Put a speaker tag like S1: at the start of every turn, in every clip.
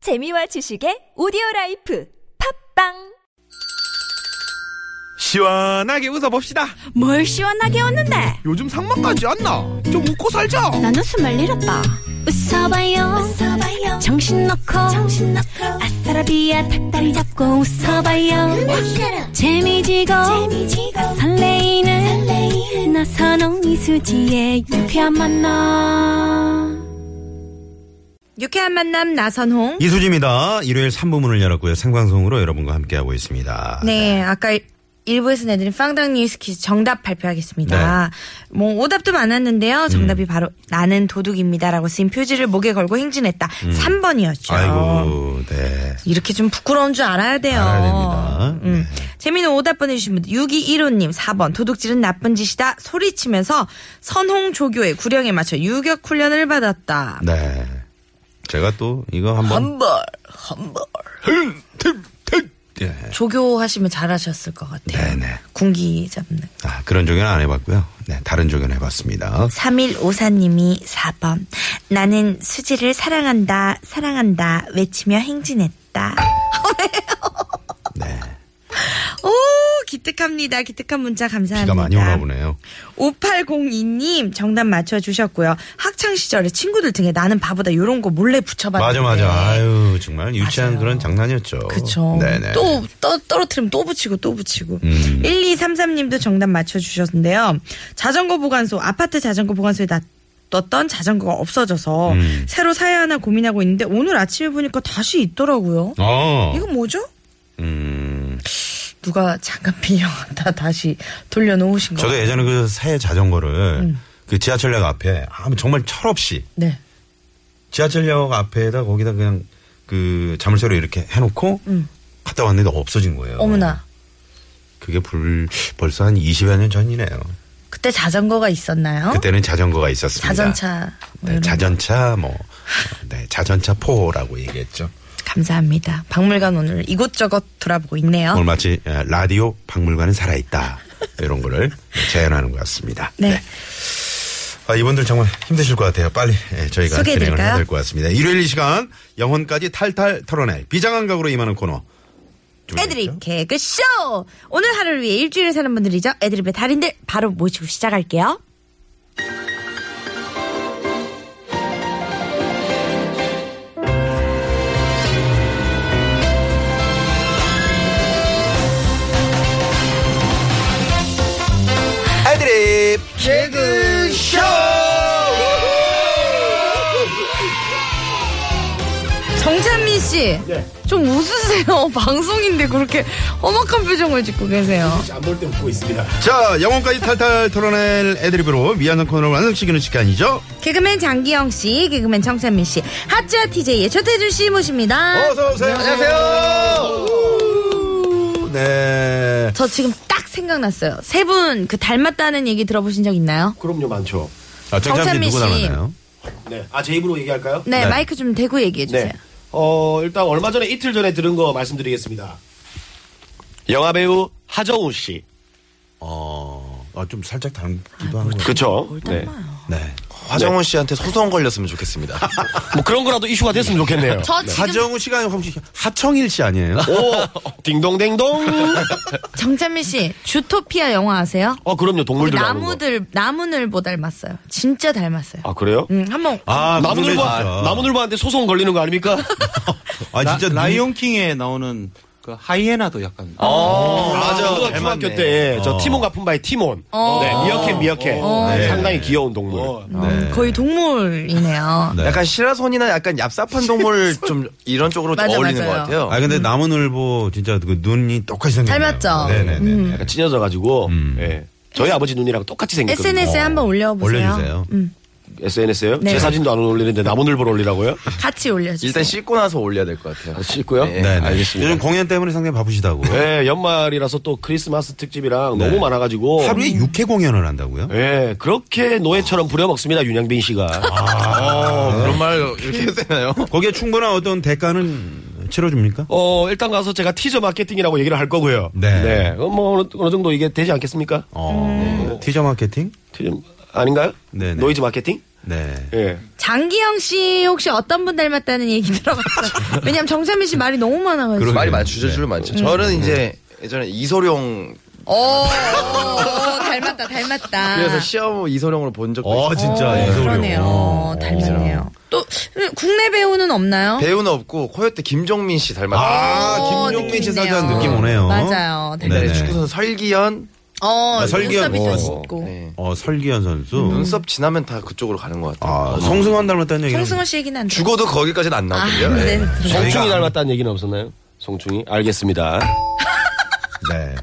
S1: 재미와 지식의 오디오 라이프 팝빵
S2: 시원하게 웃어봅시다.
S3: 뭘 시원하게 웃는데
S2: 요즘 상만까지 안 나. 좀 웃고 살자.
S3: 난 웃음을 잃었다 웃어봐요, 정신 놓고 아싸라비아 닭다리 잡고 웃어봐요 재미지고, 설레이는, 나선홍 이수지의 유쾌한 만남
S4: 유쾌한 만남 나선홍.
S5: 이수지입니다. 일요일 3부문을 열었고요. 생방송으로 여러분과 함께하고 있습니다.
S4: 네, 아까 일부에서 내드린 빵당 뉴스 퀴즈 정답 발표하겠습니다.
S5: 네.
S4: 뭐 오답도 많았는데요. 정답이
S5: 음.
S4: 바로 나는 도둑입니다라고 쓰인 표지를 목에 걸고 행진했다. 3번이었죠.
S5: 음. 아이고,
S4: 그렇죠.
S5: 네.
S4: 이렇게 좀 부끄러운 줄 알아야 돼요.
S5: 알아야 됩니다. 네.
S4: 음. 재미있는 오답 보내주신 분들 6215님 4번 도둑질은 나쁜 짓이다 소리치면서 선홍조교의 구령에 맞춰 유격훈련을 받았다.
S5: 네. 제가 또 이거 한번.
S4: 한벌 한벌
S5: 네.
S4: 조교 하시면 잘하셨을 것 같아요.
S5: 네네.
S4: 군기 잡는.
S5: 아, 그런 조견 안 해봤고요. 네, 다른 조견 해봤습니다.
S4: 3154님이 4번. 나는 수지를 사랑한다, 사랑한다, 외치며 행진했다.
S5: 네.
S4: 오, 기특합니다. 기특한 문자 감사합니다.
S5: 비가 많이 오나 보네요.
S4: 5802님 정답 맞춰주셨고요. 학창시절에 친구들 등에 나는 바보다 이런 거 몰래 붙여봤는데.
S5: 맞아, 맞아. 아유, 정말 유치한 그런 장난이었죠.
S4: 네. 그쵸.
S5: 네네.
S4: 또, 또 떨어뜨리면 또 붙이고 또 붙이고.
S5: 음.
S4: 1233님도 정답 맞춰주셨는데요. 자전거 보관소, 아파트 자전거 보관소에 놨던 자전거가 없어져서
S5: 음.
S4: 새로 사야 하나 고민하고 있는데 오늘 아침에 보니까 다시 있더라고요.
S5: 어.
S4: 이거 뭐죠?
S5: 음.
S4: 누가 잠깐 빌려갔다 다시 돌려놓으신
S5: 저도
S4: 거예요?
S5: 예전에 그 새 자전거를
S4: 음.
S5: 그 지하철역 앞에 아, 정말 철없이
S4: 네.
S5: 지하철역 앞에다 거기다 그냥 그 자물쇠로 이렇게 해놓고 갔다 왔는데 없어진 거예요.
S4: 음. 어머나.
S5: 그게 불, 벌써 한 20여 년 전이네요.
S4: 그때 자전거가 있었나요?
S5: 그때는 자전거가 있었습니다.
S4: 어? 자전차. 뭐
S5: 네,
S4: 이런
S5: 자전차 뭐 네, 자전차 포라고 얘기했죠.
S4: 거. 감사합니다. 박물관 오늘 이곳저곳 돌아보고 있네요.
S5: 오늘 마치 에, 라디오 박물관은 살아있다 이런 거를 재현하는 것 같습니다.
S4: 네.
S5: 아, 이분들 정말 힘드실 것 같아요. 빨리 예, 저희가
S4: 소개해드릴까요?
S5: 진행을 해야 될 것 같습니다. 일요일 이 시간 영혼까지 탈탈 털어낼 비장한각으로 임하는 코너.
S4: 애드립 개그쇼! 오늘 하루를 위해 일주일을 사는 분들이죠. 애드립의 달인들 바로 모시고 시작할게요.
S5: 애드립 개그쇼
S4: 정찬민 씨,
S5: 예.
S4: 좀 웃으세요. 방송인데 그렇게 험악한 표정을 짓고 계세요.
S5: 자 영혼까지 탈탈 털어낼 애드립으로 미안한 코너를 완성시키는 시간이죠
S4: 개그맨 장기영 씨, 개그맨 정찬민 씨, 하츠아 TJ의 최태준 씨 모십니다.
S5: 어서오세요 안녕하세요 네
S4: 저 지금 딱 생각났어요. 세 분 그 닮았다는 얘기 들어보신 적 있나요?
S6: 그럼요 많죠.
S5: 아,
S4: 정찬민
S5: 정찬민 누구
S4: 씨.
S5: 닮았나요?
S6: 네, 아 제 입으로 얘기할까요?
S4: 네,
S5: 네.
S4: 마이크 좀 대고 얘기해 주세요.
S6: 네. 어 일단 얼마 전에 이틀 전에 들은 거 말씀드리겠습니다. 영화 배우 하정우 씨.
S5: 어, 아, 좀 살짝 닮기도 한 거예요
S7: 그쵸?
S4: 네.
S7: 네.
S5: 아, 네.
S7: 화정훈 씨한테 소송 걸렸으면 좋겠습니다.
S6: 뭐 그런 거라도 이슈가 됐으면 좋겠네요.
S4: 저 지금
S5: 하정우 씨가 아니고 혹시 하청일 씨 아니에요?
S7: 오, 딩동댕동.
S4: 정찬민 씨 주토피아 영화 아세요?
S7: 어, 그럼요.
S4: 거기
S7: 동물들 나오는 거.
S4: 나무들 나무늘 보 닮았어요. 진짜 닮았어요.
S7: 아, 그래요?
S4: 음, 한번
S5: 아,
S7: 나무늘보,
S5: 진짜.
S7: 나무늘보한테 소송 걸리는 거 아닙니까?
S5: 아, 진짜
S8: 라,
S5: 눈-
S8: 이온 킹에 나오는 그 하이에나도 약간
S7: 어, 맞아.
S8: 그거
S7: 중학교
S8: 닮았네.
S7: 때, 예,
S5: 어.
S7: 저 티몬 가품 바의 티몬. 네, 미어캣, 미어캣. 네, 상당히 귀여운 동물.
S6: 어.
S4: 음, 거의 동물이네요.
S5: 네.
S9: 약간 시라손이나 약간 얍삽한 동물 좀 이런 쪽으로 좀
S4: 맞아,
S9: 어울리는
S4: 맞아요.
S9: 것 같아요.
S5: 아 근데 나무늘보 진짜 그 눈이 똑같이 생겼네요.
S4: 닮았죠?
S5: 네네네.
S7: 약간 찢어져가지고,
S6: 음.
S7: 예. 저희 아버지 눈이랑 똑같이 생겼거든요.
S4: SNS에 한번 올려보세요.
S5: 네. 어, 올려주세요.
S7: SNS에요?
S4: 네.
S7: 제 사진도 안 올리는데 나무늘보를 올리라고요?
S4: 같이 올려주세요.
S9: 일단 씻고 나서 올려야 될 것 같아요.
S7: 씻고요?
S9: 네.
S5: 네네.
S7: 알겠습니다.
S5: 요즘 공연 때문에 상당히 바쁘시다고.
S7: 예, 연말이라서 또 크리스마스 특집이랑 너무 많아가지고.
S5: 네. 하루에 6회 공연을 한다고요?
S7: 예, 그렇게 노예처럼 부려먹습니다, 윤양빈 씨가.
S5: 아.
S9: 어, 그런 말 이렇게 해도 되나요?
S5: 거기에 충분한 어떤 대가는 치러줍니까?
S7: 어, 일단 가서 제가 티저 마케팅이라고 얘기를 할 거고요.
S5: 네.
S7: 어, 뭐, 어느, 어느 정도 이게 되지 않겠습니까?
S5: 어. 티저 마케팅?
S7: 티저, 아닌가요?
S5: 네네.
S7: 노이즈 마케팅?
S5: 네.
S7: 예.
S4: 장기영 씨 혹시 어떤 분 닮았다는 얘기 들어봤어요. 왜냐면 정세민 씨 말이 너무 많아가지고.
S5: 그러게요.
S9: 말이 많죠. 주저주로 많죠. 저는 이제 예전에 이소룡
S4: 어, 어, 어, 닮았다, 닮았다.
S9: 그래서 시험 이소룡으로 본 적도 있어요.
S5: 어, 진짜.
S4: 어,
S5: 이소룡.
S4: 그러네요.
S5: 어.
S4: 닮았네요. 또 국내 배우는 없나요?
S9: 배우는 없고 코요태 김종민 씨 닮았어요.
S5: 아, 김용민 씨
S4: 느낌 있네요.
S5: 사전 느낌 오네요.
S4: 맞아요. 되게-
S5: 네네.
S9: 옛날에 축구선수 설기현
S4: 어,
S5: 아, 설계하고.
S4: 눈썹이 좀 짙고.
S9: 네.
S5: 어, 설기현 선수.
S9: 눈썹 지나면 다 그쪽으로 가는 것 같아요.
S5: 아, 송승헌 닮았다는 얘기.
S4: 송승헌 씨 얘기는 안 돼.
S9: 죽어도 거기까지는 안
S4: 아,
S9: 나오거든요.
S4: 네.
S9: 네.
S6: 송충이 닮았다는 얘기는 없었나요? 송충이? 알겠습니다.
S5: 네.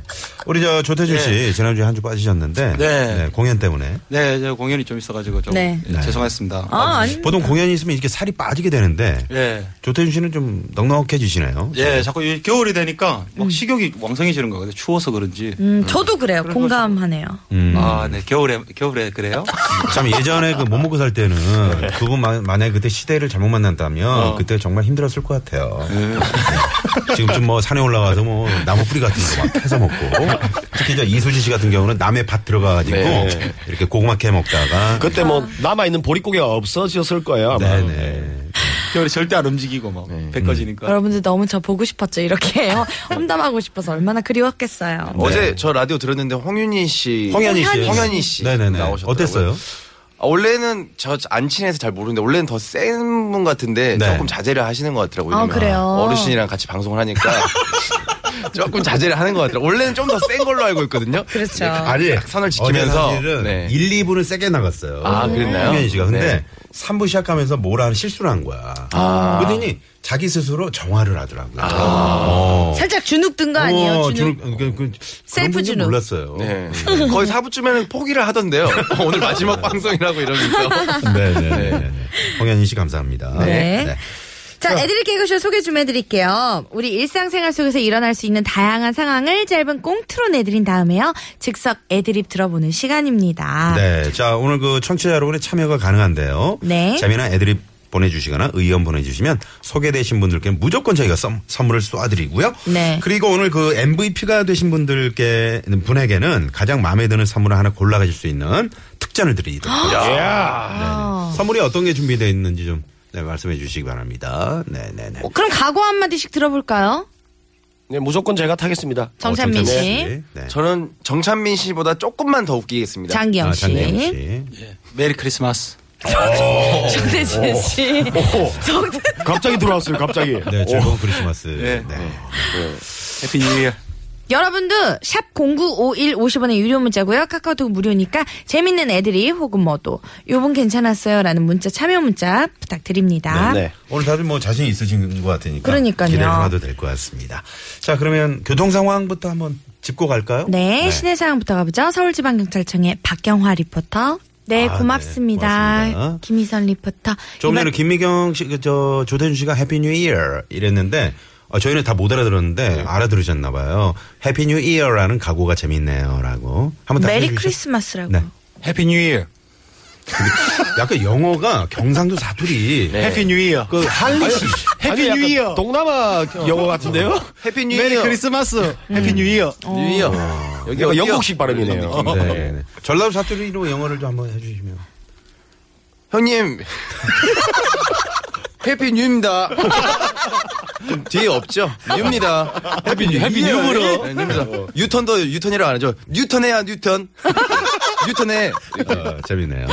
S5: 우리 저 조태준 씨 지난주에 한 주 빠지셨는데
S8: 네.
S5: 네, 공연 때문에
S8: 네, 저 공연이 좀 있어가지고 좀
S4: 네.
S8: 예, 죄송했습니다.
S4: 아, 아니.
S5: 보통 공연이 있으면 이렇게 살이 빠지게 되는데
S9: 네.
S8: 예,
S5: 조태준 씨는 좀 넉넉해지시네요.
S8: 예, 자꾸 이 겨울이 되니까
S5: 음.
S8: 막 식욕이 왕성해지는 것 같아요. 추워서 그런지.
S4: 음, 저도 그래요. 공감하네요.
S5: 음.
S8: 아, 네, 겨울에 겨울에 그래요?
S5: 참 예전에 그 못 먹고 살 때는 그분 만- 만약에 그때 시대를 잘못 만난다면
S9: 어.
S5: 그때 정말 힘들었을 것 같아요.
S9: 네.
S5: 네. 지금 좀 뭐 산에 올라가서 뭐 나무 뿌리 같은 거 막 해서 먹고 특히 저 이수지 씨 같은 경우는 남의 밭 들어가가지고
S6: 네.
S5: 이렇게 고구마 캐 먹다가
S6: 그때 뭐 남아있는 보릿고개가 없어졌을 거예요. 아마.
S5: 네네.
S8: 겨울에 절대 안 움직이고 막 배꺼지니까.
S4: 여러분들 너무 저 보고 싶었죠. 이렇게 어, 험담하고 싶어서 얼마나 그리웠겠어요.
S9: 네.
S8: 네.
S9: 어제 저 라디오 들었는데 홍윤희 씨,
S5: 홍현희 씨.
S9: 네. 홍현희 씨
S5: 네네네.
S9: 나오셨더라고요.
S5: 어땠어요?
S9: 아, 원래는 저 안 친해서 잘 모르는데 원래는 더 센 분 같은데
S5: 네.
S9: 조금 자제를 하시는 것 같더라고요.
S4: 아,
S9: 왜냐면
S4: 그래요?
S9: 어르신이랑 같이 방송을 하니까 조금 자제를 하는 것 같더라고요. 원래는 좀 더 센 걸로 알고 있거든요.
S4: 그렇죠.
S5: 아니
S9: 딱 선을 지키면서.
S5: 어제 사실은
S9: 네.
S5: 1, 2부는 세게 나갔어요.
S9: 아, 그랬나요?
S5: 홍현희 씨가 근데
S9: 네.
S5: 삼 3부 시작하면서 뭘 하는 실수를 한 거야.
S9: 아.
S5: 그러더니 자기 스스로 정화를 하더라고요. 어.
S4: 살짝 주눅 든 거 아니에요?
S5: 어,
S4: 주눅.
S5: 주눅, 그, 그,
S4: 셀프
S5: 그런 분인 줄
S4: 주눅.
S5: 몰랐어요.
S9: 네. 거의 4부쯤에는 포기를 하던데요. 오늘 마지막 방송이라고 이러면서.
S5: 네, 네, 네, 네. 홍현희 씨 감사합니다.
S4: 네. 자, 애드립 개그쇼 소개 좀 해드릴게요. 우리 일상생활 속에서 일어날 수 있는 다양한 상황을 짧은 꽁트로 내드린 다음에요. 즉석 애드립 들어보는 시간입니다.
S5: 네, 자 오늘 그 청취자 여러분의 참여가 가능한데요.
S4: 네.
S5: 재미난 애드립 보내주시거나 의견 보내주시면 소개되신 분들께 무조건 저희가 썸- 선물을 쏴드리고요.
S4: 네.
S5: 그리고 오늘 그 MVP가 되신 분들께 분에게는 가장 마음에 드는 선물을 하나 골라가실 수 있는 특전을 드리도록 하겠습니다. 네네. 선물이 어떤 게 준비되어 있는지 좀 네, 말씀해 주시기 바랍니다. 네네네.
S4: 어, 그럼 각오 한마디씩 들어볼까요?
S6: 네, 무조건 제가 타겠습니다.
S4: 정찬민 씨,
S5: 네.
S9: 저는 정찬민 씨보다 조금만 더 웃기겠습니다.
S4: 장기영
S5: 아,
S4: 씨,
S5: 장미영 씨.
S8: 메리 크리스마스.
S4: 네, 정대진 씨.
S6: 갑자기 들어왔어요, 갑자기.
S5: 네, 즐거운 크리스마스.
S8: 네.
S5: 네.
S8: 해피 뉴 이어.
S4: 여러분들 샵 0951 50원의 유료 문자고요. 카카오톡 무료니까 재밌는 애들이 혹은 뭐또 요번 괜찮았어요 라는 문자 참여 문자 부탁드립니다.
S6: 네.
S5: 오늘 다들 뭐 자신 있으신 것 같으니까
S4: 그러니까요.
S5: 기대를 해봐도 될 것 같습니다. 자 그러면 교통 상황부터 한번 짚고 갈까요?
S4: 네, 시내 상황부터 가보죠. 서울지방경찰청의 박경화 리포터. 네,
S5: 아,
S4: 고맙습니다.
S5: 네, 고맙습니다.
S4: 김희선 리포터.
S5: 조금 전에
S4: 이만-
S5: 김미경 씨, 그 저 조태준 씨가 해피 뉴 이어 이랬는데 어, 저희는 다 못 알아들었는데 알아들으셨나 봐요. 해피 뉴 이어라는 각오가 재밌네요라고 한번 다시
S4: 메리
S5: 해주시죠.
S4: 크리스마스라고.
S5: 네.
S8: 해피 뉴 이어.
S5: 약간 영어가 경상도 사투리.
S9: 네.
S8: 해피 뉴 이어.
S5: 그 할리시.
S6: 해피 뉴 이어. 동남아 영어 같은데요?
S9: 해피 뉴
S8: 메리
S9: 이어.
S8: 크리스마스. 음. 해피 뉴 이어.
S9: 음. 뉴 이어. 여기
S6: 약간 영국식 발음이네요.
S5: 네, 네, 네. 전라도 사투리로 영어를 좀 한번 해주시면.
S9: 형님. 해피 뉴입니다. 좀 뒤에 없죠? 뉴입니다. 해피 뉴. 해피 뉴으로.
S8: 네.
S9: 뉴턴도 뉴턴이라고 안 하죠. 뉴턴해야 뉴턴. 뉴턴해.
S5: 어, 재밌네요.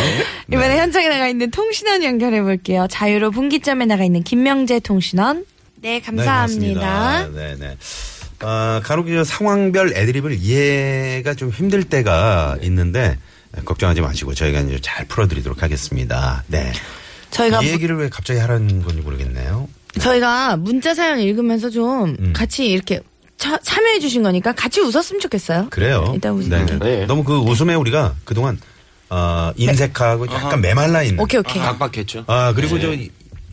S4: 이번에 현장에 나가 있는 통신원 연결해 볼게요. 자유로 분기점에 나가 있는 김명재 통신원. 네, 감사합니다.
S5: 네, 네. 아, 간혹 이제 상황별 애드립을 이해가 좀 힘들 때가 있는데 걱정하지 마시고 저희가 이제 잘 풀어드리도록 하겠습니다. 네.
S4: 저희가 뭐-
S5: 이 얘기를 왜 갑자기 하라는 건지 모르겠네요.
S4: 저희가 문자 사연 읽으면서 좀
S5: 음.
S4: 같이 이렇게 차- 참여해 주신 거니까 같이 웃었으면 좋겠어요.
S5: 그래요.
S4: 일단 웃음.
S5: 네, 네.
S6: 네.
S5: 너무 그 웃음에 우리가 그동안 어, 인색하고 약간 메말라 있는.
S4: 오케이 오케이.
S8: 각박했죠.
S5: 아 그리고 저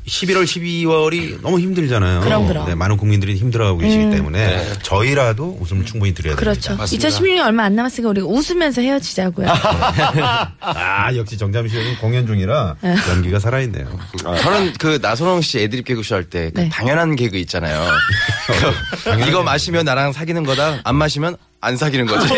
S5: 11월 12월이 너무 힘들잖아요.
S4: 그럼, 그럼. 음.
S5: 네, 많은 국민들이 힘들어하고 계시기 때문에 저희라도 웃음을 충분히 드려야
S4: 그렇죠.
S5: 됩니다.
S4: 2016년 얼마 안 남았으니까 우리가 웃으면서 헤어지자고요.
S5: 아 역시 정잠 씨는 공연 중이라 연기가 살아있네요.
S9: 저는 그 나선홍 씨 애드립 개그쇼 할 때
S4: 네.
S9: 당연한 개그 있잖아요. 이거 마시면 나랑 사귀는 거다. 안 마시면 안 사귀는 거지.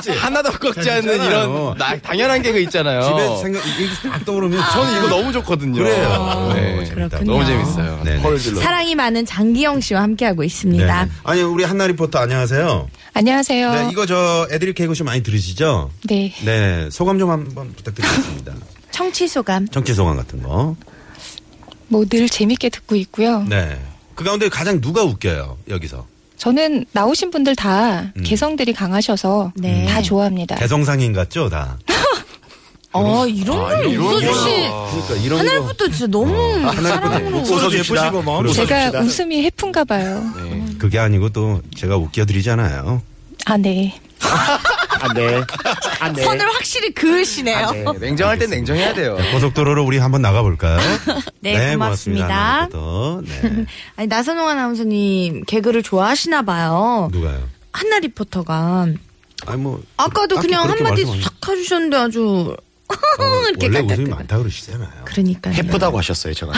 S5: 있지.
S9: 하나도 꺾지
S5: 자,
S9: 않는
S5: 있잖아요.
S9: 이런 나- 당연한 개그 있잖아요.
S5: 집에 생각 이게 딱 떠오르면
S9: 저는 이거 너무 좋거든요.
S5: 어. 아, 그래요.
S9: 네.
S5: 재밌다.
S9: 너무 재밌어요.
S5: 네네.
S9: 펄을 질러.
S4: 사랑이 많은 장기영 씨와 함께하고 있습니다.
S5: 네. 아니 우리 한나 리포터 안녕하세요.
S9: 어.
S10: 안녕하세요.
S5: 네, 이거 저 애드립 개그쇼 많이 들으시죠?
S10: 네.
S5: 네, 소감 좀 한번 부탁드리겠습니다.
S4: 청취 소감.
S5: 정치 소감 같은 거.
S10: 뭐 늘 재밌게 듣고 있고요.
S5: 네. 그 가운데 가장 누가 웃겨요 여기서?
S10: 저는 나오신 분들 다 개성들이 강하셔서
S4: 네.
S10: 다 좋아합니다.
S5: 개성상인 같죠 다.
S4: 어 이런 걸 웃어주시.
S5: 그러니까 이런 거.
S4: 하늘부터 진짜 너무 사랑으로.
S5: 웃어서 예쁘시고 뭐.
S10: 제가 웃음이 해픈가 봐요.
S5: 그게 아니고 또 제가 웃겨드리잖아요.
S10: 아, 네.
S6: 아,
S7: 안
S6: 네.
S7: 돼. 안 돼.
S4: 선을 확실히 그으시네요.
S9: 냉정할 땐 냉정해야 돼요.
S5: 어, 고속도로로 우리 한번 나가볼까요?
S4: 네, 고맙습니다.
S5: 한나 리포터. 네.
S4: 아니 나선홍 아나운서님 개그를 좋아하시나 봐요.
S5: 누가요?
S4: 한나 리포터가
S5: 아니 뭐
S4: 아까도
S5: 딱히
S4: 그냥
S5: 그렇게
S4: 한마디
S5: 말씀 안
S4: 싹 해주셨는데 아주
S5: 하셨-
S4: 이렇게
S5: 원래
S4: 깔깔깔.
S5: 웃음이 많다 그러시잖아요.
S4: 그러니까요.
S6: 예쁘다고 하셨어요, 제가.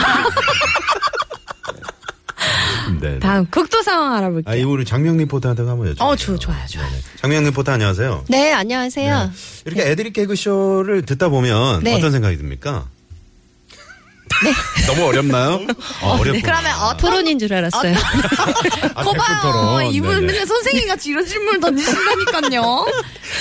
S5: 네. 네.
S4: 다음 극도 상황 알아볼게요.
S5: 아, 이거를 장명 리포터 하다가 한번 여쭤볼게요.
S4: 어, 좋- 좋아요, 좋아요.
S5: 네네. 장명 리포터 안녕하세요.
S10: 네, 안녕하세요.
S4: 네.
S5: 이렇게 애드립 개그쇼를 듣다 보면
S10: 네.
S5: 어떤 생각이 듭니까? 너무 어렵나요? 어, 렵구
S4: 네. 그러면 어,
S10: 아, 토론인 줄 알았어요.
S4: 아, 거봐요.
S5: 아,
S4: 어,
S5: 토론.
S4: 이분
S5: 네네.
S4: 맨날 선생님 같이 이런 질문을 던지신다니까요.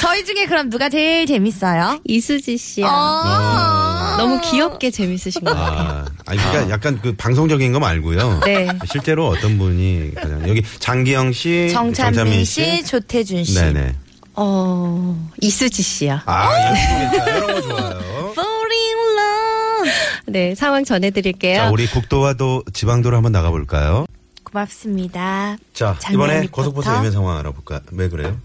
S4: 저희 중에 그럼 누가 제일 재밌어요?
S10: 이수지 씨야.
S4: 어.
S10: 너무 귀엽게 재밌으신 것 같아요.
S5: 아, 아니, 그러니까 약간 그 방송적인 거 말고요.
S10: 네.
S5: 실제로 어떤 분이 가장 여기 장기영 네, 씨,
S4: 정찬민 씨, 조태준 씨.
S5: 네네.
S10: 어, 이수지 씨야.
S5: 아, 예쁘겠다. 이런 거 좋아요.
S4: Fall in love.
S10: 네, 상황 전해드릴게요.
S5: 자, 우리 국도와도 지방도로 한번 나가볼까요?
S4: 고맙습니다.
S5: 자,
S4: 장면
S5: 이번에
S4: 리포터.
S5: 고속버스 예매 상황 알아볼까? 왜 그래요?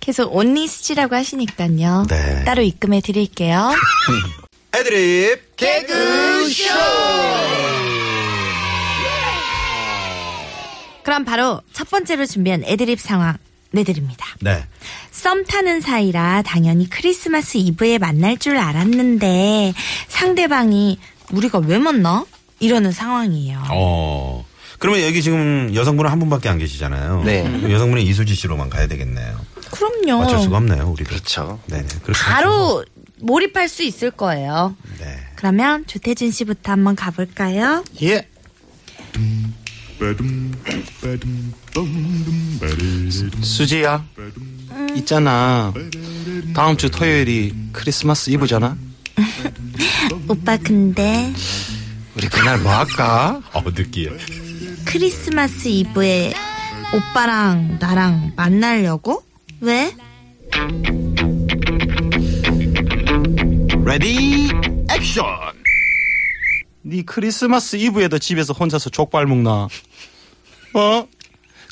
S4: 계속 온리스지라고 하시니까요.
S5: 네.
S4: 따로 입금해 드릴게요.
S5: 애드립 개그쇼!
S4: 그럼 바로 첫 번째로 준비한 애드립 상황 내드립니다.
S5: 네.
S4: 썸 타는 사이라 당연히 크리스마스 이브에 만날 줄 알았는데 상대방이 우리가 왜 만나? 이러는 상황이에요.
S5: 어. 그러면 여기 지금 여성분은 한 분밖에 안 계시잖아요.
S9: 네.
S5: 그럼 여성분은 이수지 씨로만 가야 되겠네요.
S4: 그럼요.
S5: 어쩔 수가 없네요, 우리가.
S9: 그렇죠.
S5: 네네. 그렇죠.
S4: 바로 몰입할 수 있을 거예요.
S5: 네.
S4: 그러면 조태준 씨부터 한번 가볼까요?
S8: 예. 수지야, 있잖아. 다음 주 토요일이 크리스마스 이브잖아.
S4: 오빠 근데
S8: 우리 그날 뭐 할까?
S5: 어, 느끼해.
S4: 크리스마스 이브에 오빠랑 나랑 만나려고? 왜?
S8: 레디 액션. 네 크리스마스 이브에도 집에서 혼자서 족발 먹나? 어?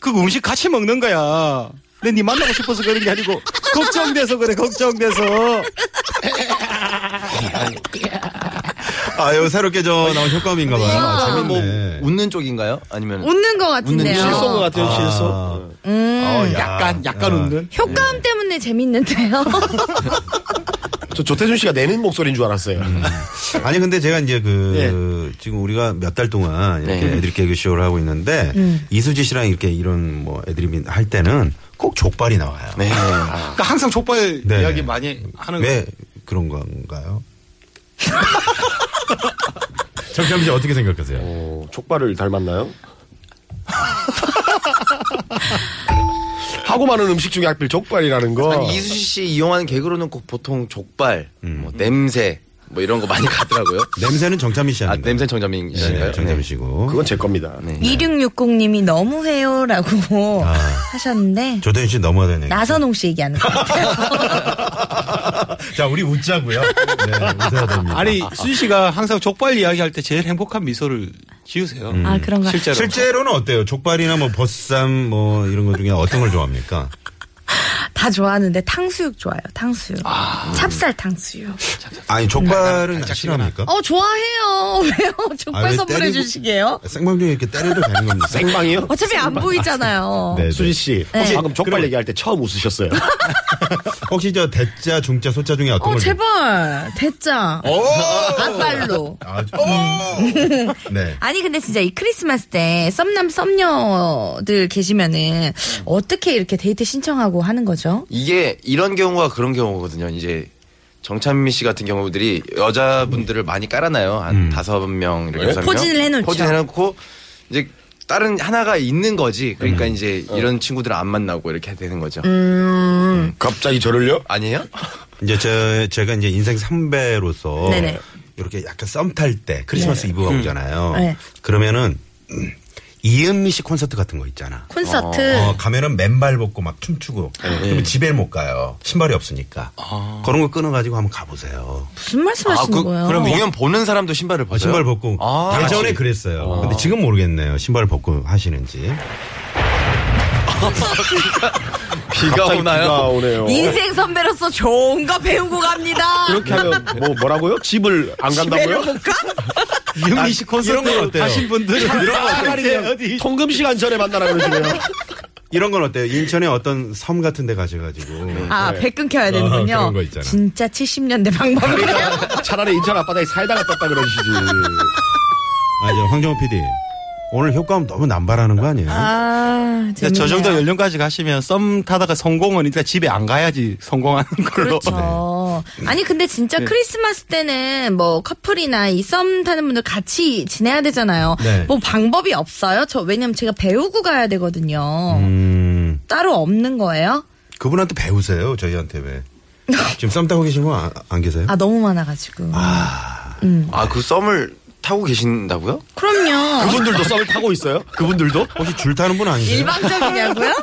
S8: 그 음식 같이 먹는 거야. 근데 네 만나고 싶어서 그런 게 아니고 걱정돼서 그래 걱정돼서.
S5: 아, 이거 새롭게 저 나온 효과음인가 봐요. 아, 재밌네.
S9: 뭐
S7: 음.
S9: 웃는 쪽인가요? 아니면
S4: 웃는 것 같은데요.
S6: 실소인 것 같아요, 실소.
S5: 어, 야.
S8: 약간 약간
S5: 야.
S8: 웃는.
S4: 효과음 때문에 재밌는데요.
S6: 저 조태준 씨가 내는 목소리인 줄 알았어요.
S5: 아니 근데 제가 이제 그 지금 우리가 몇 달 동안 이렇게 애드립 개그 쇼를 하고 있는데 이수지 씨랑 이렇게 이런 뭐 애드립 할 때는 꼭 족발이 나와요.
S9: 네.
S8: 그러니까 항상 족발
S5: 네.
S8: 이야기 많이 하는
S5: 왜 그런 건가요? 정참 씨 어떻게 생각하세요?
S6: 어, 족발을 닮았나요? 하고 많은 음식 중에 하필 족발이라는 거.
S9: 아니, 이수지 씨 이용하는 개그로는 꼭 보통 족발, 뭐 냄새 뭐 이런 거 많이 가더라고요.
S5: 냄새는 정참이 씨
S9: 아
S5: 아닌가요?
S9: 냄새 정자민이신가요?
S5: 네, 정참이 씨고
S6: 그건 제 겁니다.
S4: 네. 2660님이 너무해요라고 하셨는데
S5: 조대현 씨 넘어야 되네.
S4: 나선홍 씨 얘기하는 거.
S5: 자 우리 웃자고요. 네, 웃어야 됩니다.
S8: 아니 수지 씨가 항상 족발 이야기할 때 제일 행복한 미소를 지으세요.
S4: 아 그런가?
S8: 실제로.
S5: 실제로는 어때요? 족발이나 뭐 보쌈 뭐 이런 것 중에 어떤 걸 좋아합니까?
S4: 다 좋아하는데 탕수육 좋아요. 탕수육. 찹쌀 탕수육.
S5: 아니 족발은 싫어합니까?
S4: 어 좋아해요. 왜요?
S5: 아,
S4: 족발
S5: 왜
S4: 선물해
S5: 때리고-
S4: 주시게요?
S5: 생방 중에 이렇게 때려도 되는 겁니다.
S6: 생방이요?
S4: 어차피 안 보이잖아요.
S5: 네, 네.
S6: 수지 씨, 혹시 방금 족발 얘기할 때 처음 웃으셨어요?
S5: 혹시 저 대자, 중자, 소자 중에 어떤
S4: 어
S5: 걸?
S4: 제발 대짜 반발로.
S5: 아, 음. 네.
S4: 아니 근데 진짜 이 크리스마스 때 썸남 썸녀들 계시면은 어떻게 이렇게 데이트 신청하고 하는 거죠? 있나요?
S9: 이게 이런 경우가 그런 경우거든요. 이제 정찬미 씨 같은 경우들이 여자분들을 많이 깔아놔요.
S5: 음.
S9: 한 다섯 명 이렇게
S4: 네?
S9: 여섯 명.
S4: 포진을 해놓죠.
S9: 포진을 해놓고 이제 다른 하나가 있는 거지. 그러니까
S5: 음.
S9: 이제 이런 친구들을 안 만나고 이렇게 되는 거죠.
S4: 음.
S9: 갑자기 저를요? 아니에요?
S5: 이제 제, 제가 이제 인생 선배로서
S4: 네네.
S5: 이렇게 약간 썸 탈 때 크리스마스
S4: 네.
S5: 이브가
S4: 음.
S5: 오잖아요.
S4: 네.
S5: 그러면은 음, 이은미 씨 콘서트 같은 거 있잖아.
S4: 콘서트.
S5: 어, 가면은 맨발 벗고 막 춤추고.
S4: 네.
S5: 그러면 집에 못 가요. 신발이 없으니까.
S4: 아.
S5: 그런 거 끊어가지고 한번 가보세요.
S4: 무슨
S9: 아,
S4: 말씀하시는 거예요?
S9: 그, 보는 사람도 신발을 벗어요?
S5: 신발 벗고.
S9: 아,
S5: 예전에
S9: 같이.
S5: 그랬어요. 근데 지금 모르겠네요. 신발 벗고 하시는지.
S9: 비가 오나요?
S7: 오네요.
S4: 인생 선배로서 좋은 거 배우고 갑니다.
S7: 그렇게 하면 뭐 뭐라고요? 집을 안 간다고요?
S8: 이영미 씨
S5: 아,
S8: 콘서트 가신 분들은
S7: 이런 거 어때요? 통금 시간 전에 만나라 그러시네요.
S5: 이런 건 어때요? 인천에 어떤 섬 같은 데 가셔가지고.
S4: 아, 배 끊겨야
S5: 어,
S4: 되는군요.
S5: 그런 거 있잖아.
S4: 진짜 70년대 방법이에요.
S7: 차라리 인천 앞바다에 사이다가 떴다 그러시지.
S5: 아, 이제 황정호 PD. 오늘 효과음 너무 남발하는 거 아니에요?
S4: 아,
S8: 진짜 그러니까 저 정도 연령까지 가시면 썸 타다가 성공은 일단 집에 안 가야지 성공하는 걸로.
S4: 그렇죠. 아니 근데 진짜
S8: 네.
S4: 크리스마스 때는 뭐 커플이나 이 썸 타는 분들 같이 지내야 되잖아요.
S5: 네.
S4: 뭐 방법이 없어요? 저 왜냐면 제가 배우고 가야 되거든요.
S5: 음,
S4: 따로 없는 거예요?
S5: 그분한테 배우세요, 저희한테 왜. 지금 썸 타고 계신 분 안, 안 계세요?
S4: 아 너무 많아가지고. 음.
S9: 아, 그 썸을 타고 계신다고요? 아,
S4: 그럼요.
S7: 그분들도 썸을 타고 있어요? 그분들도?
S5: 혹시 줄 타는 분
S9: 그
S5: 아니세요?
S4: 일방적이냐고요?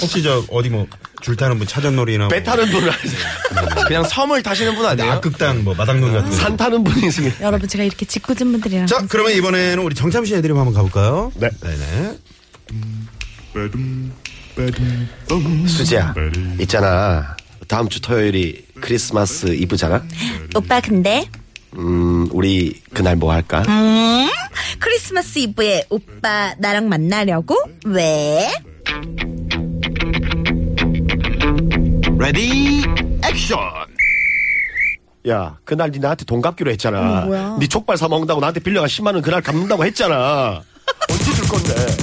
S5: 혹시 저 어디 뭐 줄 타는 분 차전놀이나
S7: 배 타는 분을 아세요?
S9: 그냥 섬을 타시는 분
S5: 뭐
S9: 아니에요?
S7: 그
S5: 악극단 뭐 마당놀 같은 거.
S7: 산 타는 분이 있으면.
S4: 여러분 제가 이렇게 짓궂은 분들이랑.
S5: 자, 그러면 이번에는 우리 정참 씨 애드립 한번 가볼까요?
S7: 네.
S5: 네네.
S7: 수지야, 있잖아. 다음 주 토요일이 크리스마스 이브잖아.
S4: 오빠 근데
S7: 음, 우리 그날 뭐 할까?
S4: 음 크리스마스 이브에 오빠 나랑 만나려고 왜?
S9: 레디? 액션!
S7: 야, 그날 니 나한테 돈 갚기로 했잖아.
S4: 음, 뭐야?
S7: 니 족발 사 먹는다고 나한테 빌려간 10만 원 그날 갚는다고 했잖아. 언제 줄 건데?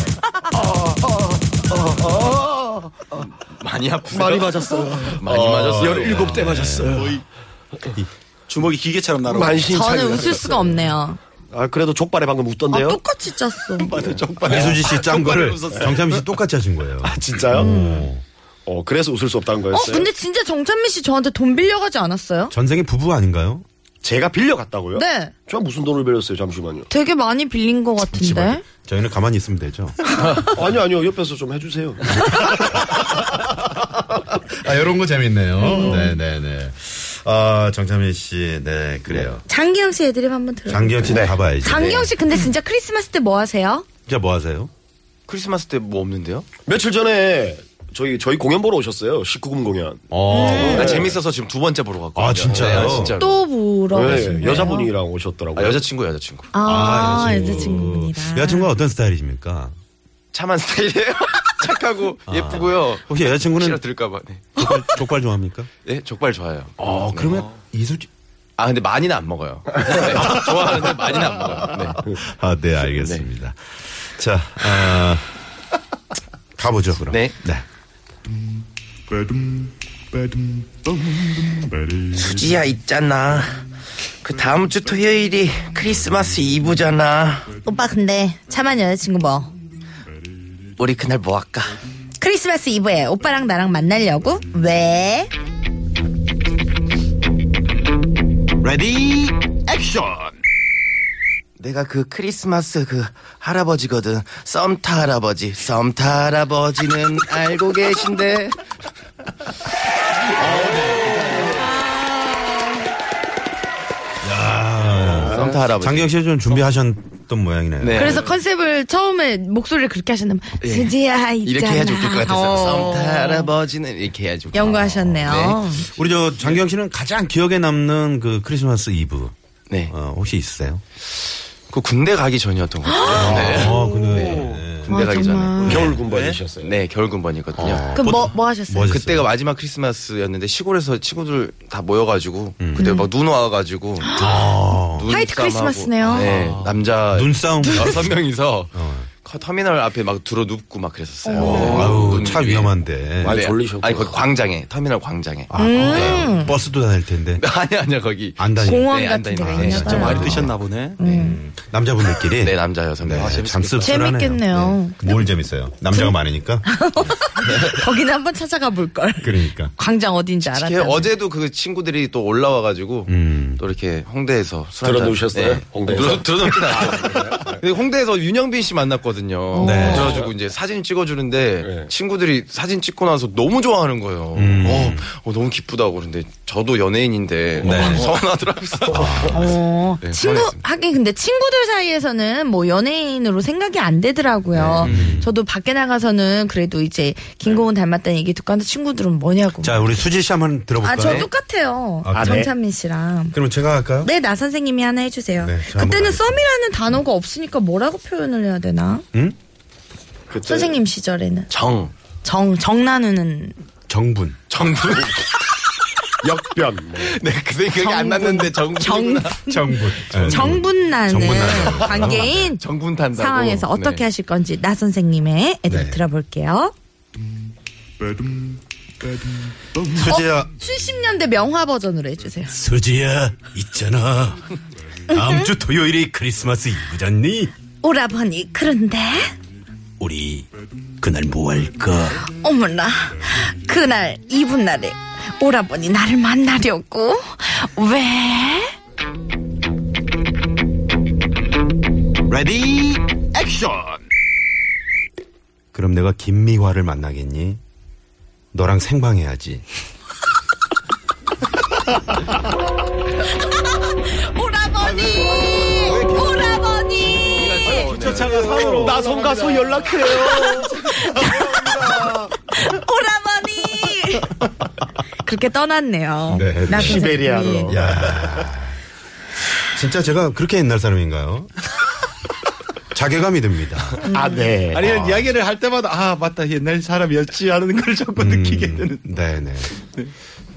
S9: 많이 아프세요?
S7: 많이 맞았어.
S9: 많이 맞았어요.
S7: 17대 맞았어요.
S8: 주먹이 기계처럼 날아오고.
S7: 만신창이.
S4: 저는 웃을 수가 없네요.
S7: 아, 그래도 족발에 방금
S4: 아,
S7: 웃던데요?
S4: 똑같이 짰어.
S5: 이수지 씨 짠 거를 정참 씨 똑같이 하신 거예요.
S7: 아, 진짜요? 어, 그래서 웃을 수 없다는
S4: 음. 어,
S7: 거였어요.
S4: 근데 진짜 정찬민 씨 저한테 돈 빌려가지 않았어요?
S5: 전생의 부부 아닌가요?
S7: 제가 빌려갔다고요?
S4: 네.
S7: 저 무슨 돈을 빌렸어요, 잠시만요.
S4: 되게 많이 빌린 것 같은데.
S5: 저희는 가만히 있으면 되죠.
S7: 아니요, 아니요. 옆에서 좀 해주세요.
S5: 아, 이런 거 재밌네요. 네네네. 아, 정참희 씨, 네, 그래요.
S4: 장기영 씨 애드립 한번 들어. 요
S5: 장기영 씨는 가봐야지.
S4: 네. 장기영 씨 근데 진짜 크리스마스 때 뭐 하세요?
S5: 진짜 뭐 하세요?
S9: 크리스마스 때 뭐
S5: 어.
S9: 없는데요?
S7: 며칠 전에 저희, 저희 공연 보러 오셨어요. 19금 공연.
S5: 어.
S9: 나 그러니까 재밌어서 지금 두 번째 보러 갔거든요.
S5: 아, 진짜요?
S9: 네, 진짜로.
S4: 또 보러 가신
S7: 네,
S4: 거예요?
S7: 여자분이랑
S9: 아,
S7: 오셨더라고요.
S9: 여자친구, 여자친구.
S4: 아, 여자친구분이랑.
S5: 여자친구가 어떤 스타일이십니까?
S9: 참한 스타일이에요. 착하고
S5: 아.
S9: 예쁘고요.
S5: 혹시
S9: 혹시나
S5: 여자친구는
S9: 들을까봐. 네.
S5: 족발, 족발 좋아합니까?
S9: 네, 족발 좋아해요.
S5: 어, 그러면 이수지.
S9: 아, 근데 많이는 안 먹어요. 네, 좋아하는데 많이는 안 먹어요. 네.
S5: 아, 네, 알겠습니다. 자, 아, 가보죠, 그럼.
S9: 네. 수지야 있잖아. 그 다음 주 토요일이 크리스마스 이브잖아.
S4: 오빠 근데 차만 여자친구 뭐?
S9: 우리 그날 뭐 할까?
S4: 크리스마스 이브에 오빠랑 나랑 만나려고? 왜?
S9: 레디 액션. 내가 그 크리스마스 그 할아버지거든. 썸타 할아버지. 썸타 할아버지는 알고 계신데. 썸타 할아버지.
S5: 장기영 씨가 좀 준비하셨던 모양이네요.
S9: 네. 예.
S4: 그래서 컨셉을 처음에 목소리를 그렇게 하셨나 봐. 수지야 있잖아.
S9: 이렇게 해야지 웃길 것 같아서
S4: 어.
S9: 썸타 할아버지는 이렇게 해야지 웃길
S4: 연구하셨네요.
S5: 우리 저 장기영 씨는 가장 기억에 남는 그 크리스마스 이브.
S9: 네.
S5: 어, 혹시 있으세요?
S9: 그 군대 가기 전이었던 것 같아요. 네.
S5: 어, 근데. 네.
S9: 군대 가기 전에.
S7: 겨울 군번이셨어요.
S9: 네, 겨울 군번이거든요.
S4: 그럼 뭐, 뭐 하셨어요?
S5: 뭐 하셨어요?
S9: 그때가 마지막 크리스마스였는데 시골에서 친구들 다 모여가지고 그때 막 눈 와가지고
S5: 아,
S9: 눈
S4: 음. 화이트
S9: 싸움하고,
S4: 크리스마스네요.
S9: 네, 남자
S5: 눈싸움.
S9: 여섯 명이서 터미널 앞에 막 들어 눕고 막 그랬었어요.
S5: 아유, 차 위험한데.
S9: 많이 졸리셨고. 아니 거기 광장에 터미널 광장에.
S5: 아,
S4: 음.
S5: 그래요? 버스도 다닐 텐데.
S9: 아니 아니요 거기
S5: 안 다니고.
S4: 공원
S9: 네, 안
S4: 같은 데가
S9: 다니고.
S4: 있나
S9: 진짜
S4: 봐요.
S9: 많이
S8: 드셨나 보네.
S5: 남자분들끼리. 아,
S9: 네 남자 여성. 네.
S5: 참 씁쓸하네요.
S4: 재밌겠네요.
S5: 네. 뭘 재밌어요? 남자가 많으니까.
S9: 네.
S4: 거기는 한번 찾아가 볼걸.
S5: 그러니까.
S4: 광장 어딘지
S9: 특히
S4: 알았다.
S9: 어제도 그 친구들이 또 올라와가지고
S5: 음.
S9: 또 이렇게 홍대에서 술
S6: 들어
S9: 한잔- 네.
S6: 놓으셨어요? 홍대에서? 아,
S9: 들어 들어놓긴 않았어요. 근데 홍대에서 윤영빈 씨 만났거든요.
S5: 네.
S9: 그래가지고 이제 사진 찍어주는데
S6: 네.
S9: 친구들이 사진 찍고 나서 너무 좋아하는 거예요.
S5: 음.
S9: 어, 어, 너무 기쁘다고 그러는데 저도 연예인인데
S5: 네.
S9: 서운하더라고요.
S4: 어,
S9: 네,
S4: 친구
S9: 화냈습니다.
S4: 하긴 근데 친구들 사이에서는 뭐 연예인으로 생각이 안
S9: 네.
S4: 되더라고요.
S9: 음.
S4: 저도 밖에 나가서는 그래도 이제 김고은 닮았다는 얘기 듣고 하는 친구들은 뭐냐고.
S5: 자, 우리 수지 씨 한번 들어볼까요?
S4: 아 저 똑같아요.
S6: 네.
S5: 아,
S4: 전찬민 씨랑.
S5: 그럼 제가 할까요?
S4: 네, 나 선생님이 하나 해주세요.
S5: 네, 저 한번
S4: 그때는
S5: 가겠습니다. 음, 네.
S4: 썸이라는 단어가 없으니까 뭐라고 표현을 해야 되나?
S5: 응?
S4: 선생님 시절에는
S9: 정
S4: 정 정나누는
S5: 정분.
S9: 정부
S6: 역변. 뭐.
S9: 네그 생각이 안 났는데 정부
S4: 정
S5: 정분. 네.
S4: 정분나는
S5: 정분나는
S4: 관계인
S9: 정분 탄다고
S4: 상황에서 어떻게
S9: 네.
S4: 하실 건지 나 선생님의 애들
S5: 네.
S4: 들어볼게요.
S5: 수지야.
S4: 어. 70년대 명화 버전으로 해주세요.
S5: 수지야 있잖아 다음 주 토요일이 크리스마스 이브잖니
S4: 오라버니 그런데
S5: 우리 그날 뭐 할까
S4: 어머나 그날 이분 날에 오라버니 나를 만나려고 왜?
S7: 레디 액션.
S5: 그럼 내가 김미화를 만나겠니 너랑 생방해야지
S4: 오라버니 오라버니
S8: 차가 산으로.
S7: 나 성 가서 연락해요.
S4: 오라버니 그렇게 떠났네요.
S5: 네, 네.
S4: 나 선생님이.
S7: 시베리아로.
S5: 야 진짜 제가 그렇게 옛날 사람인가요 자괴감이 듭니다
S7: 아 네.
S8: 아니 이야기를 할 때마다 아 맞다 옛날 사람이었지 하는 걸 자꾸
S5: 음.
S8: 느끼게 되는.
S5: 네네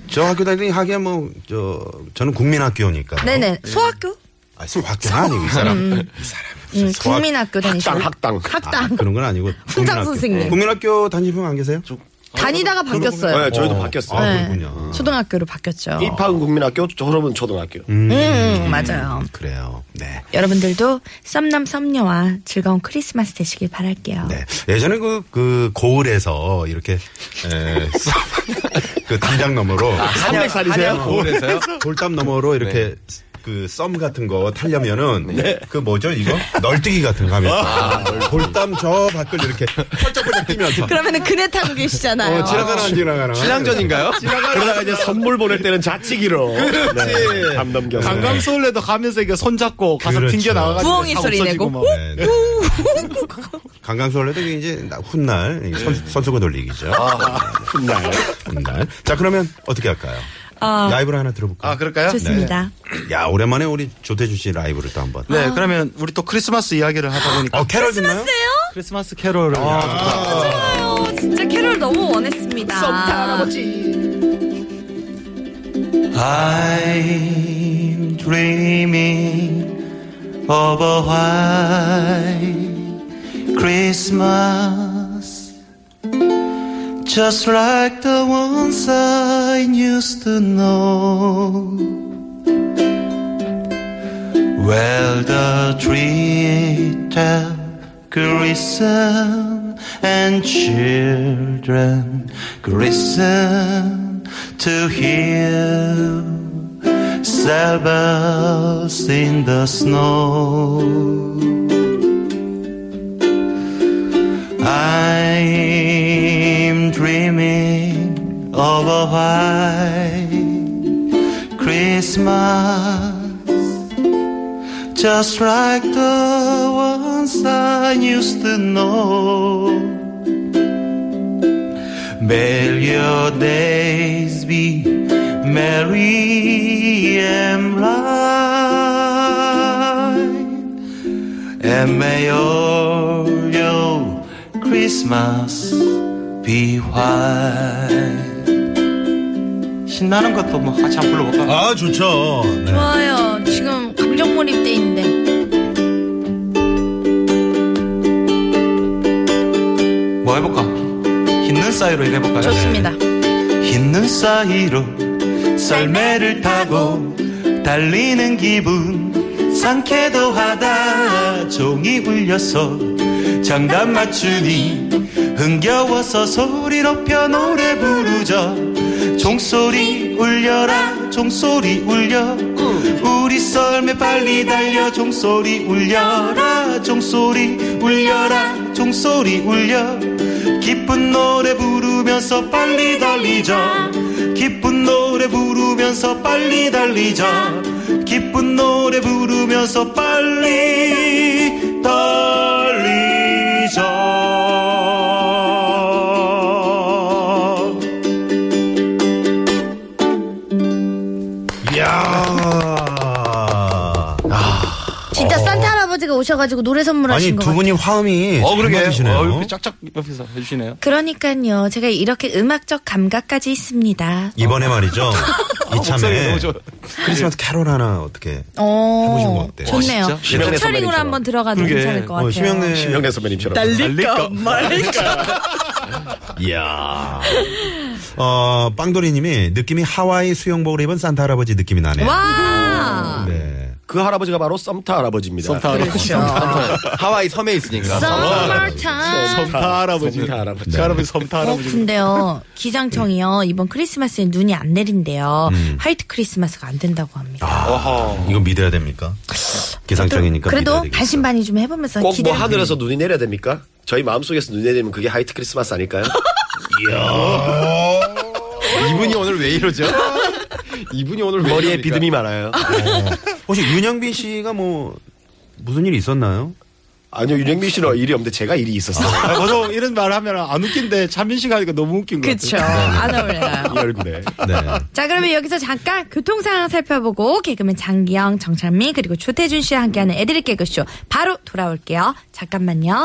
S5: 저 학교 다니니 하기야 뭐 저 저는 국민학교니까
S4: 네네 음, 소학교
S5: 아, 소학교는 아니고 이 사람 이 사람
S4: 응,
S5: 소학-
S4: 국민학교 다니시고
S7: 학당 학당.
S4: 학당
S5: 아, 그런 건 아니고
S4: 훈장
S5: 국민학교.
S4: 선생님.
S5: 국민학교 다니시면 안 계세요?
S4: 다니다가 바뀌었어요.
S7: 네, 저희도
S5: 어.
S7: 바뀌었어요. 음.
S5: 아,
S4: 네.
S5: 그렇군요.
S4: 초등학교로 바뀌었죠.
S7: 입학은 국민학교, 졸업은 초등학교.
S4: 음, 음, 맞아요.
S5: 그래요. 네.
S4: 여러분들도 썸남 썸녀와 즐거운 크리스마스 되시길 바랄게요.
S5: 네. 예전에 그, 그, 고을에서 이렇게, 에, 썸- 그 담장 너머로,
S7: 아, 300살이세요?
S9: 고을에서요?
S5: 돌담 너머로 이렇게 그 썸 같은 거 타려면은 그 뭐죠 이거? 널뛰기 같은 거 하면서 돌담 저 밖을 이렇게 펄쩍펄쩍 뛰면서
S4: 그러면은 그네 타고 계시잖아요.
S5: 어, 지나가나 안 지나가나.
S9: 신랑전인가요?
S7: 그러다가 이제 선물 보낼 때는 좌측이로. 네, 담 넘겨.
S8: 강강 서울에도 가면서 이게 손 잡고 가서
S5: 그렇죠.
S8: 튕겨 나가가지고
S4: 부엉이 소리 내고.
S5: 네, 네. 강강수월래도 이제 나- 훗날 이 선, 선수고 돌리기죠.
S6: 네.
S7: 훗날.
S5: 훗날. 자 그러면 어떻게 할까요?
S4: 아.
S5: 라이브를 하나 들어볼까요?
S9: 아 그럴까요?
S4: 좋습니다.
S5: 야 오랜만에 우리 조태준 씨 라이브를 또 한번.
S8: 네 그러면 우리 또 크리스마스 이야기를 하다 보니까 아,
S5: 어 캐럴 듣나요?
S8: 크리스마스 캐롤을
S4: 좋아요. 진짜 캐롤 너무 원했습니다.
S8: I'm dreaming of a white Christmas, just like the ones I used to know. Well, the treetop glisten and children glisten to hear Sabbaths in the snow. I'm dreaming of a white Christmas, just like the ones I used to know. May your days be merry and bright, and may all your Christmas be white. 신나는 것도 뭐 같이 한번 불러볼까?
S5: 아 좋죠. 네.
S4: 좋아요. 지금 감정 몰입돼 있는데.
S8: 뭐 해볼까? 있는 사이로 이거 해볼까요?
S4: 좋습니다.
S8: 있는 사이로 썰매를 타고 달리는 기분 상쾌도 하다 종이 울려서 장단 맞추니 흥겨워서 소리 높여 노래 부르자 종소리 울려라 종소리 울려 우리 썰매 빨리 달려 종소리 울려라 종소리 울려라 종소리 울려 기쁜 노래 부르면서 빨리 달리자 기쁜 노래 부르면서 빨리 달리자 기쁜 노래 부르면서 빨리 달리자
S5: 이야.
S11: 진짜 산타 할아버지가 오셔가지고 노래 선물하신
S5: 어. 아니
S11: 거
S5: 두 분이 화음이
S8: 어,
S5: 잘
S8: 그러게.
S5: 맞으시네요.
S8: 어, 이렇게 짝짝 옆에서 해주시네요.
S4: 그러니까요. 제가 이렇게 음악적 감각까지 있습니다.
S5: 이번에 말이죠. 이참에
S8: 어. 너무 좋아요.
S5: 크리스마스 캐롤 하나 어떻게
S4: 어,
S5: 해보시는 거 어때요?
S4: 좋네요.
S5: 어, 진짜?
S4: 피처링으로
S6: 선배님처럼.
S4: 한번 들어가도
S5: 그러게.
S4: 괜찮을 것
S5: 어,
S4: 같아요.
S5: 심형래.
S6: 심영래 선배님처럼.
S4: 날릴까 말까.
S5: 이야. 어, 빵돌이님이 느낌이 하와이 수영복을 입은 산타 할아버지 느낌이 나네요.
S4: 와.
S5: 네.
S6: 그 할아버지가 바로 썸타 할아버지입니다. 네.
S8: 썸타 할아버지.
S9: 하와이 섬에 있으니까.
S4: Summertime.
S8: 섬타 할아버지.
S6: 섬타 할아버지. 네.
S8: 그 할아버지 섬타
S4: 어,
S8: 할아버지.
S4: 근데요, 기장청이요, 이번 크리스마스에 눈이 안 내린대요.
S5: 음.
S4: 화이트 크리스마스가 안 된다고 합니다.
S5: 이건 믿어야 됩니까? 아, 기상청이니까. 믿어야
S4: 그래도
S5: 되겠죠.
S4: 반신반의 좀 해보면서
S6: 꼭 뭐
S4: 기대를.
S6: 하늘에서 눈이 내려야 됩니까? 저희 마음속에서 눈이 내리면 그게 하이트 크리스마스 아닐까요?
S9: 이분이 오늘 왜 이러죠? 이분이 오늘 왜
S6: 머리에
S9: 이러니까.
S6: 비듬이 많아요.
S5: 혹시 윤영빈 씨가 뭐 무슨 일이 있었나요?
S6: 아니요, 윤영민 씨는 일이 없는데 제가 일이 있었어요.
S8: 아, 보통 이런 말 하면 안 웃긴데 차민 씨가 하니까 너무 웃긴 것
S4: 그쵸.
S8: 같아요.
S4: 안 어울려요.
S6: 이 얼굴에.
S5: 네.
S4: 자, 그러면 여기서 잠깐 교통 상황 살펴보고 개그맨 장기영, 정찬미, 그리고 조태준 씨와 함께하는 애드립 개그쇼 바로 돌아올게요. 잠깐만요.